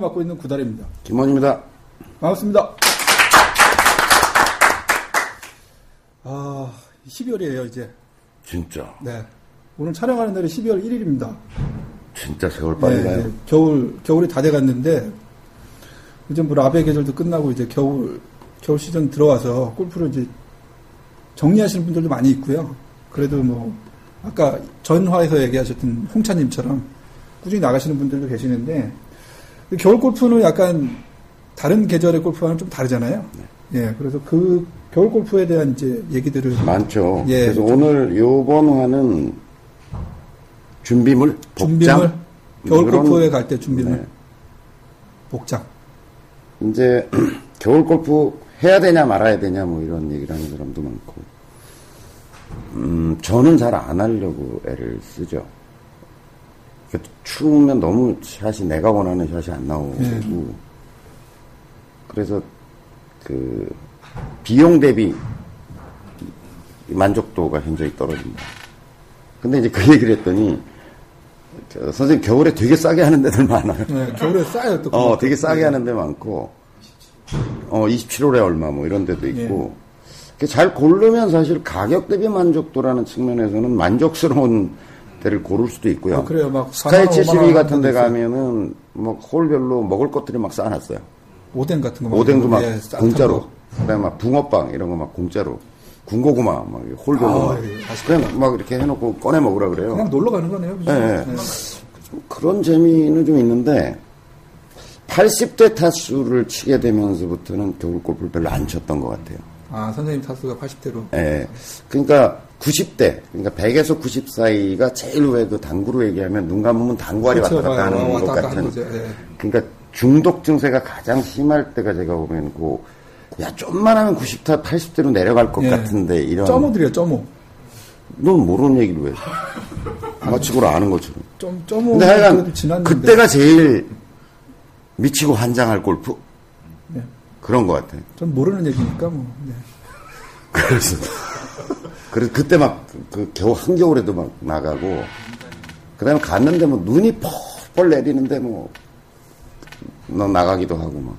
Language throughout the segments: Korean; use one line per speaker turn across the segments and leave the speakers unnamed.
맡고 있는 구달입니다.
김원입니다.
반갑습니다. 아, 12월이에요, 이제.
진짜,
네. 오늘 촬영하는 날이 12월 1일입니다.
진짜 세월 빨리 가요.
네, 겨울, 겨울이 다 돼갔는데, 이제 뭐 라베 계절도 끝나고 이제 겨울, 겨울 시즌 들어와서 골프를 이제 정리하시는 분들도 많이 있고요. 그래도 뭐, 아까 전화에서 얘기하셨던 홍차님처럼 꾸준히 나가시는 분들도 계시는데, 겨울 골프는 약간 다른 계절의 골프와는 좀 다르잖아요. 예, 그래서 그 겨울 골프에 대한 이제 얘기들을
네. 많죠.
예.
그래서 오늘 요번 화는 준비물, 복장. 네.
준비물, 겨울
이런-
골프에 갈 때 준비물, 복장.
네. 이제 겨울 골프 해야 되냐 말아야 되냐 뭐 이런 얘기를 하는 사람도 많고. 음, 저는 잘 안 하려고 애를 쓰죠. 그러니까 추우면 너무 샷이 내가 원하는 샷이 안 나오고. 그래서 그 비용 대비 이 만족도가 현저히 떨어진다. 근데 이제 그 얘기를 했더니 저 선생님 겨울에 되게 싸게 하는 데들 많아요.
네, 겨울에 싸요 또.
어, 되게 싸게 하는 데 많고, 어, 27월에 얼마 뭐 이런
네.
데도 있고, 그잘 고르면 사실 가격 대비 만족도라는 측면에서는 만족스러운 데를 고를 수도 있고요.
어, 그래요. 막
스카이
4만 원,
72
5만
같은 데
있어요.
가면은 뭐 홀별로 먹을 것들이 막 쌓아놨어요.
오뎅 같은 거.
오뎅도 막
예, 싹
공짜로,
타고.
그다음에 막 붕어빵 이런 거 막 공짜로, 군고구마 막 홀별로
아,
막
예, 맛있겠다.
그냥 막 이렇게 해놓고 꺼내 먹으라 그래요.
그냥 놀러 가는 거네요. 그죠?
예, 예.
네.
그런 재미는 좀 있는데 80대 타수를 치게 되면서부터는 겨울 골프를 별로 안 쳤던 것 같아요.
아, 선생님 타수가 80대로.
예. 그러니까 90대, 그러니까 100에서 90 사이가 제일 왜 그 당구로 얘기하면 눈 감으면 당구알이 그렇죠. 어, 왔다 갔다 하는 것 같은.
거죠. 예.
그러니까 중독 증세가 가장 심할 때가 제가 보면 그, 야, 좀만 하면 90타, 80대로 내려갈 것
예.
같은데 이런.
점오들이요, 점오.
넌 모르는 얘기를 왜. 해? 마치고로 아는 것처럼.
점, 점오.
근데
그래도
하여간
지났는데.
그때가 제일 미치고 환장할 골프
네.
그런 것 같아요.
전 모르는 얘기니까 뭐. 네.
그래서 그래서 그때 막 그 겨우 한겨울에도 막 나가고 그다음에 갔는데 뭐 눈이 펄펄 내리는데 뭐 너 나가기도 하고 막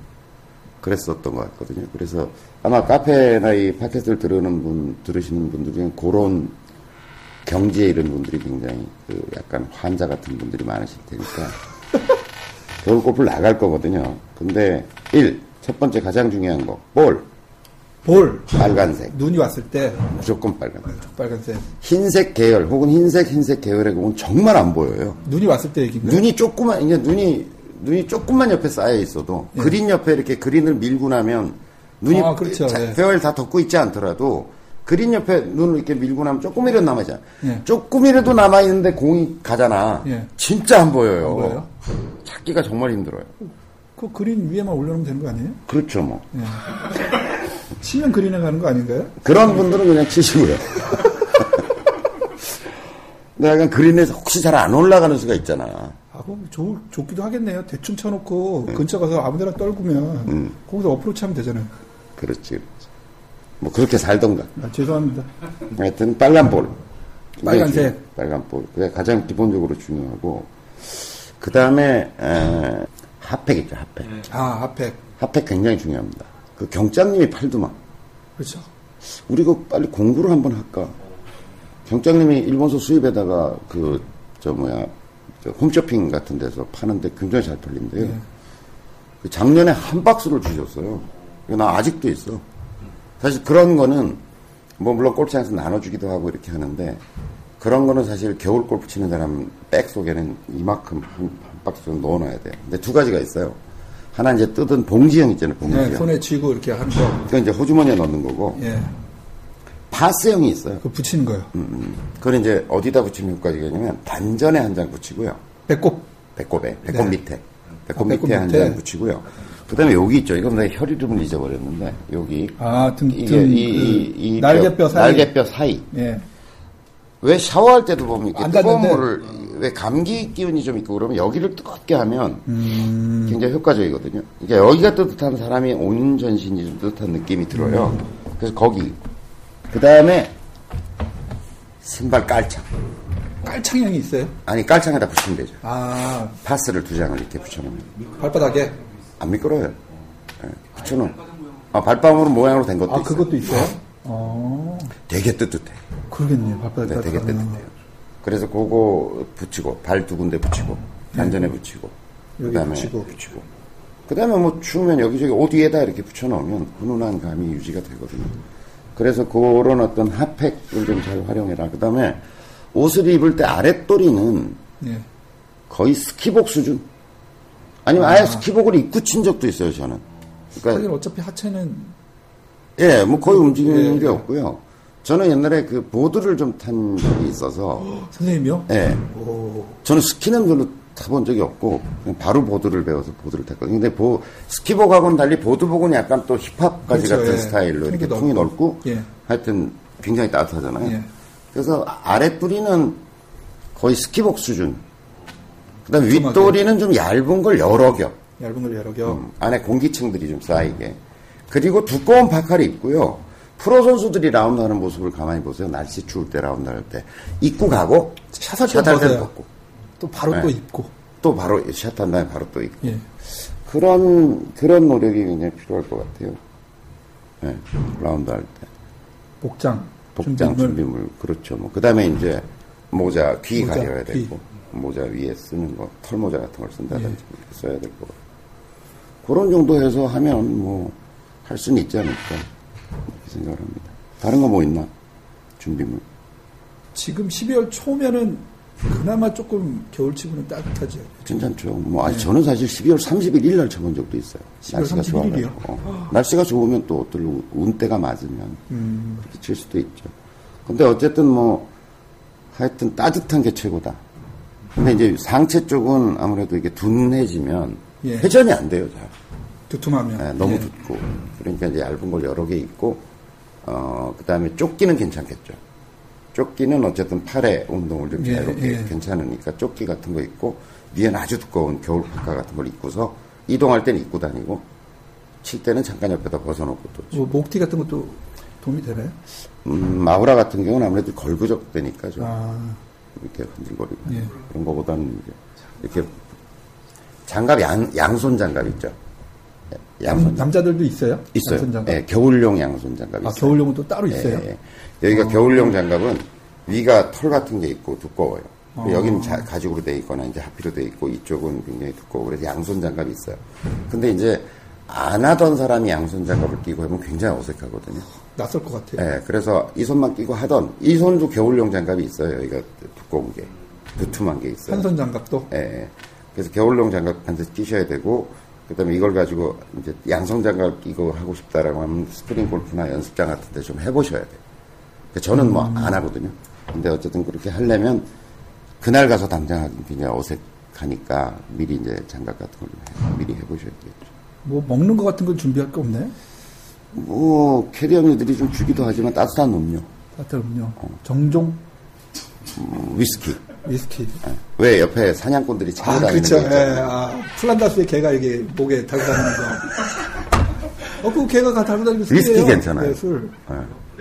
그랬었던 것 같거든요. 그래서 아마 카페나 이 팟캐스트를 들으는 분 들으시는 분들 중에 그런 경지에 이른 분들이 굉장히 그 약간 환자 같은 분들이 많으실 테니까 겨울 골프를 나갈 거거든요. 근데 일 첫 번째 가장 중요한 거, 볼.
볼.
빨간색.
눈이 왔을 때,
무조건 빨간색.
빨간색.
흰색 계열 혹은 흰색 흰색 계열의 공은 정말 안 보여요.
눈이 왔을 때 얘기인가요?
눈이 조금만 이제 눈이 눈이 조금만 옆에 쌓여 있어도 그린 옆에 이렇게 그린을 밀고 나면 눈이
예. 아, 그렇죠.
자-
예.
페어를 다 덮고 있지 않더라도 그린 옆에 눈을 이렇게 밀고 나면 조금이라도 남아있잖아.
예.
조금이라도 남아 있는데 공이 가잖아.
예.
진짜 안 보여요.
안 보여요?
찾기가 정말 힘들어요.
그 그린 위에만 올려놓으면 되는 거 아니에요?
그렇죠, 뭐.
치면 그린에 가는 거 아닌가요?
그런 분들은 그냥 치시고요. 근데 약간 그린에서 혹시 잘 안 올라가는 수가 있잖아.
아, 그럼 좋, 좋기도 하겠네요. 대충 쳐놓고
예.
근처 가서 아무 데나 떨구면
음.
거기서 어프로치 하면 되잖아요.
그렇지, 그렇지. 뭐 그렇게 살던가.
아, 죄송합니다.
하여튼 빨간 볼. 굉장히
빨간색.
중요해요. 빨간 볼. 그게 가장 기본적으로 중요하고 그 다음에 핫팩 있죠, 핫팩.
아, 핫팩.
핫팩 굉장히 중요합니다. 그 경장님이 팔더만.
그렇죠.
우리 그 빨리 공부를 한번 할까. 경장님이 일본서 수입에다가 그 저 뭐야 저 홈쇼핑 같은 데서 파는데 굉장히 잘 팔린대요.
예.
그 작년에 한 박스를 주셨어요. 이거 나 아직도 있어. 사실 그런 거는 뭐 물론 골프장에서 나눠주기도 하고 이렇게 하는데 그런 거는 사실 겨울 골프 치는 사람 백 속에는 이만큼 한, 한 박스 정도 넣어놔야 돼요. 근데 두 가지가 있어요. 하나 이제 뜯은 봉지형 있잖아요. 봉지형.
네, 손에 쥐고 이렇게 하는 거.
그건 이제 호주머니에 넣는 거고
예.
파스형이 있어요.
그 붙이는 거예요.
그걸 이제 어디다 붙이면 효과가 있냐면 단전에 한 장 붙이고요.
배꼽.
배꼽에, 배꼽
네.
밑에. 배꼽
아, 배꼽
밑에 한
밑에.
장 붙이고요. 그 다음에 여기 있죠. 이건 내가 혈 이름을 잊어버렸는데, 여기.
아, 등,
이게
등,
이,
그
이, 이
날개뼈 사이.
날개뼈 사이.
예.
왜 샤워할 때도 보면 이렇게
안
뜨거운
닿는데.
물을, 왜 감기 기운이 좀 있고 그러면 여기를 뜨겁게 하면
음.
굉장히 효과적이거든요. 그러니까 여기가 뜨뜻한 사람이 온 전신이 좀 뜨뜻한 느낌이 들어요.
음.
그래서 거기. 그 다음에, 신발 깔창.
깔창형이 있어요?
아니 깔창에다 붙이면 되죠.
아,
파스를 두 장을 이렇게 붙여놓으면
발바닥에?
안 미끄러워요. 예, 붙여놓으면 아, 발바닥으로 모양으로 된 것도
아,
있어요.
그것도 있어요? 어,
되게 뜨뜻해.
아, 그러겠네요. 발바닥에.
네, 되게
따뜻하구나.
뜨뜻해요. 그래서 그거 붙이고 발 두 군데 붙이고
네.
안전에 붙이고
여기
그다음에
붙이고.
그다음에 뭐 추우면 여기저기 옷 위에다 이렇게 붙여놓으면 훈훈한 감이 유지가 되거든요. 그래서 그런 어떤 핫팩을 좀 잘 활용해라. 그다음에 옷을 입을 때 아랫도리는
네.
거의 스키복 수준. 아니면 아예 스키복을 입고 친 적도 있어요, 저는.
하긴
그러니까,
어차피 하체는
예, 뭐 거의 움직이는
예.
게 없고요. 저는 옛날에 그 보드를 좀 탄 적이 있어서,
선생님이요?
예,
오,
저는 스키는 별로 타본 적이 없고 그냥 바로 보드를 배워서 보드를 탔거든요. 근데 보- 스키복하고는 달리 보드복은 약간 또 힙합까지
그렇죠,
같은
예.
스타일로
통이
이렇게
넓고.
통이 넓고
예.
하여튼 굉장히 따뜻하잖아요.
예.
그래서 아랫도리는 거의 스키복 수준. 그다음
두툼하게.
윗도리는 좀 얇은 걸 여러 겹.
얇은 걸 여러 겹.
음, 안에 공기층들이 좀 쌓이게. 그리고 두꺼운 파카를 입고요. 프로 선수들이 라운드하는 모습을 가만히 보세요. 날씨 추울 때 라운드할 때 입고 가고
샷을 또
샷할
벗어요.
때 벗고
또 바로
네.
또 입고.
또 바로 샷한 다음에 바로 또 있고
예.
그런 그런 노력이 굉장히 필요할 것 같아요. 예, 라운드 할 때
복장.
복장
준비물. 어.
준비물, 그렇죠. 뭐 그다음에 이제 모자 귀
모자,
가려야
귀. 예.
되고 모자 위에 쓰는 거 털모자 같은 걸 쓴다든지 이렇게 써야 될 거고 그런 정도 해서 하면 뭐 할 수는 있지 않을까 이렇게 생각을 합니다. 다른 거 뭐 있나 준비물?
지금 12월 초면은 그나마 조금 겨울치고는 따뜻하죠.
괜찮죠. 뭐, 아니, 저는 사실 12월 30일 일날 쳐본 적도 있어요.
12월 31일 이요?
좋아가지고. 어. 날씨가 좋으면 또 어떨 운때가 맞으면
음.
그렇게 칠 수도 있죠. 근데 어쨌든 뭐, 하여튼 따뜻한 게 최고다. 근데 이제 상체 쪽은 아무래도 이게 둔해지면
예.
회전이 안 돼요, 잘.
두툼하면.
예, 너무
예.
붓고. 그러니까 이제 얇은 걸 여러 개 입고, 어, 그 다음에 조끼는 괜찮겠죠. 조끼는 어쨌든 팔에 운동을 좀
예,
자유롭게
예.
괜찮으니까 조끼 같은 거 입고, 위에는 아주 두꺼운 겨울 파카 같은 걸 입고서, 이동할 때는 입고 다니고, 칠 때는 잠깐 옆에다 벗어놓고 또.
뭐 목티 같은 것도 도움이 되나요?
음, 마우라 같은 경우는 아무래도 걸그적되니까 좀
아,
이렇게 흔들거리고.
예.
그런 거보다는 이제 이렇게 장갑, 양, 양손 장갑 있죠. 예, 양손 장갑.
남자들도 있어요?
있어요.
남선장갑.
예, 겨울용 양손 장갑이
아,
있어요.
겨울용은 또 따로 있어요?
예, 예. 여기가 겨울용 장갑은 위가 털 같은 게 있고 두꺼워요. 그
어.
여기는 자- 가죽으로 돼 있거나 이제 하피로 돼 있고 이쪽은 굉장히 두꺼워. 그래서 양손 장갑이 있어요. 근데 이제 안 하던 사람이 양손 장갑을 끼고 하면 굉장히 어색하거든요.
낯설 것 같아요.
예, 그래서 이 손만 끼고 하던 이 손도 겨울용 장갑이 있어요. 여기가 두꺼운 게 두툼한 게 있어요.
한선 장갑도.
예, 예. 그래서 겨울용 장갑 반드시 끼셔야 되고, 그 다음에 이걸 가지고 이제 양성 장갑 이거 하고 싶다라고 하면 스프링 골프나 연습장 같은 데 좀 해보셔야 돼요. 그 저는 뭐
음.
안 하거든요. 근데 어쨌든 그렇게 하려면 그날 가서 당장 하긴 굉장히 어색하니까 미리 이제 장갑 같은 걸 좀 해- 미리 해보셔야 되겠죠.
뭐 먹는 것 같은 건 준비할 거 없나요?
뭐, 캐리어들이 좀 주기도 하지만 따뜻한 음료,
따뜻한 음료.
어.
정종
음, 위스키.
위스키.
왜 옆에 사냥꾼들이 차고
아,
네, 다니는
그렇죠.
거 있잖아요.
예, 아, 플란다스의 개가 이게 목에 달고 다니는 거. 어, 그 개가 가- 달고 다니는 술이에요.
위스키 괜찮아요. 어.
네, 술.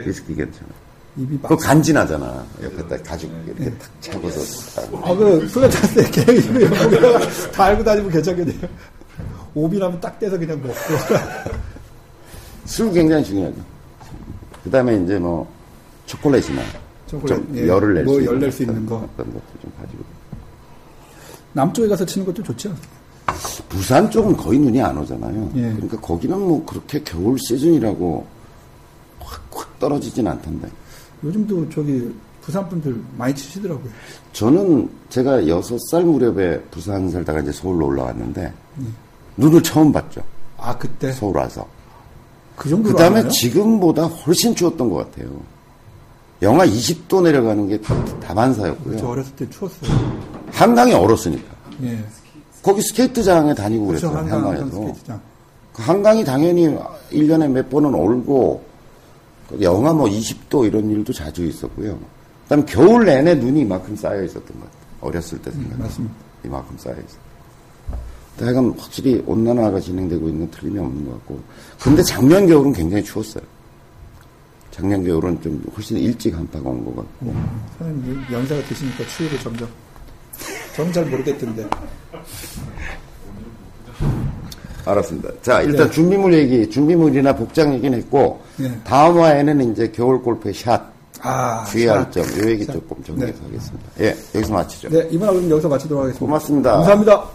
예, 위스키 괜찮아요.
입이 막.
그거 간지나잖아. 옆에다 가죽 이렇게 탁 차고서. 딱.
아, 그 플란다스의 개 입에 목에 달고 다니면 괜찮겠네요. 오비라면 딱 떼서 그냥 먹고.
술 굉장히 중요하죠. 그 다음에 이제 뭐, 초콜릿이나.
초콜릿,
좀
예.
열을 낼
뭐
수 있는.
열낼수
어떤-
있는 거.
어떤 것도 좀 가지고.
남쪽에 가서 치는 것도 좋죠.
부산 쪽은 거의 눈이 안 오잖아요.
예.
그러니까 거기는 뭐 그렇게 겨울 시즌이라고 확, 확 떨어지진 않던데.
요즘도 저기 부산 분들 많이 치시더라고요.
저는 제가 여섯 살 무렵에 부산 살다가 이제 서울로 올라왔는데,
예.
눈을 처음 봤죠.
아, 그때
서울 와서.
그 정도로
그 다음에
안 와요?
지금보다 훨씬 추웠던 것 같아요. 영하 20도 내려가는 게 다반사였고요.
저 어렸을 때 추웠어요.
한강이 얼었으니까.
예.
거기 스케이트장에 다니고
그렇죠.
그랬어요.
한강 한강
한강에서.
스케이트장.
그 한강이 당연히 일년에몇 번은 얼고 그 영하 뭐 20도 이런 일도 자주 있었고요. 그다음 겨울 내내 눈이 이만큼 쌓여 있었던 것 같아요. 어렸을 때 생각.
맞습니다.
이만큼 쌓여 있어요. 근데 하여간 확실히 온난화가 진행되고 있는 틀림이 없는 것 같고. 근데 작년 겨울은 굉장히 추웠어요. 작년 겨울은 좀 훨씬 일찍 한파가 온 것 같고.
선생님 연세가 드시니까 추위를 점점 저는 잘 모르겠던데
알았습니다. 자, 일단 준비물 얘기, 준비물이나 복장 얘기는 했고,
네.
다음화에는 이제 겨울 골프의 샷,
아
주의할 점, 요 얘기
자,
조금
네.
정리해서 하겠습니다. 예, 여기서 마치죠.
네 이번 학기는 여기서 마치도록 하겠습니다
고맙습니다.
감사합니다.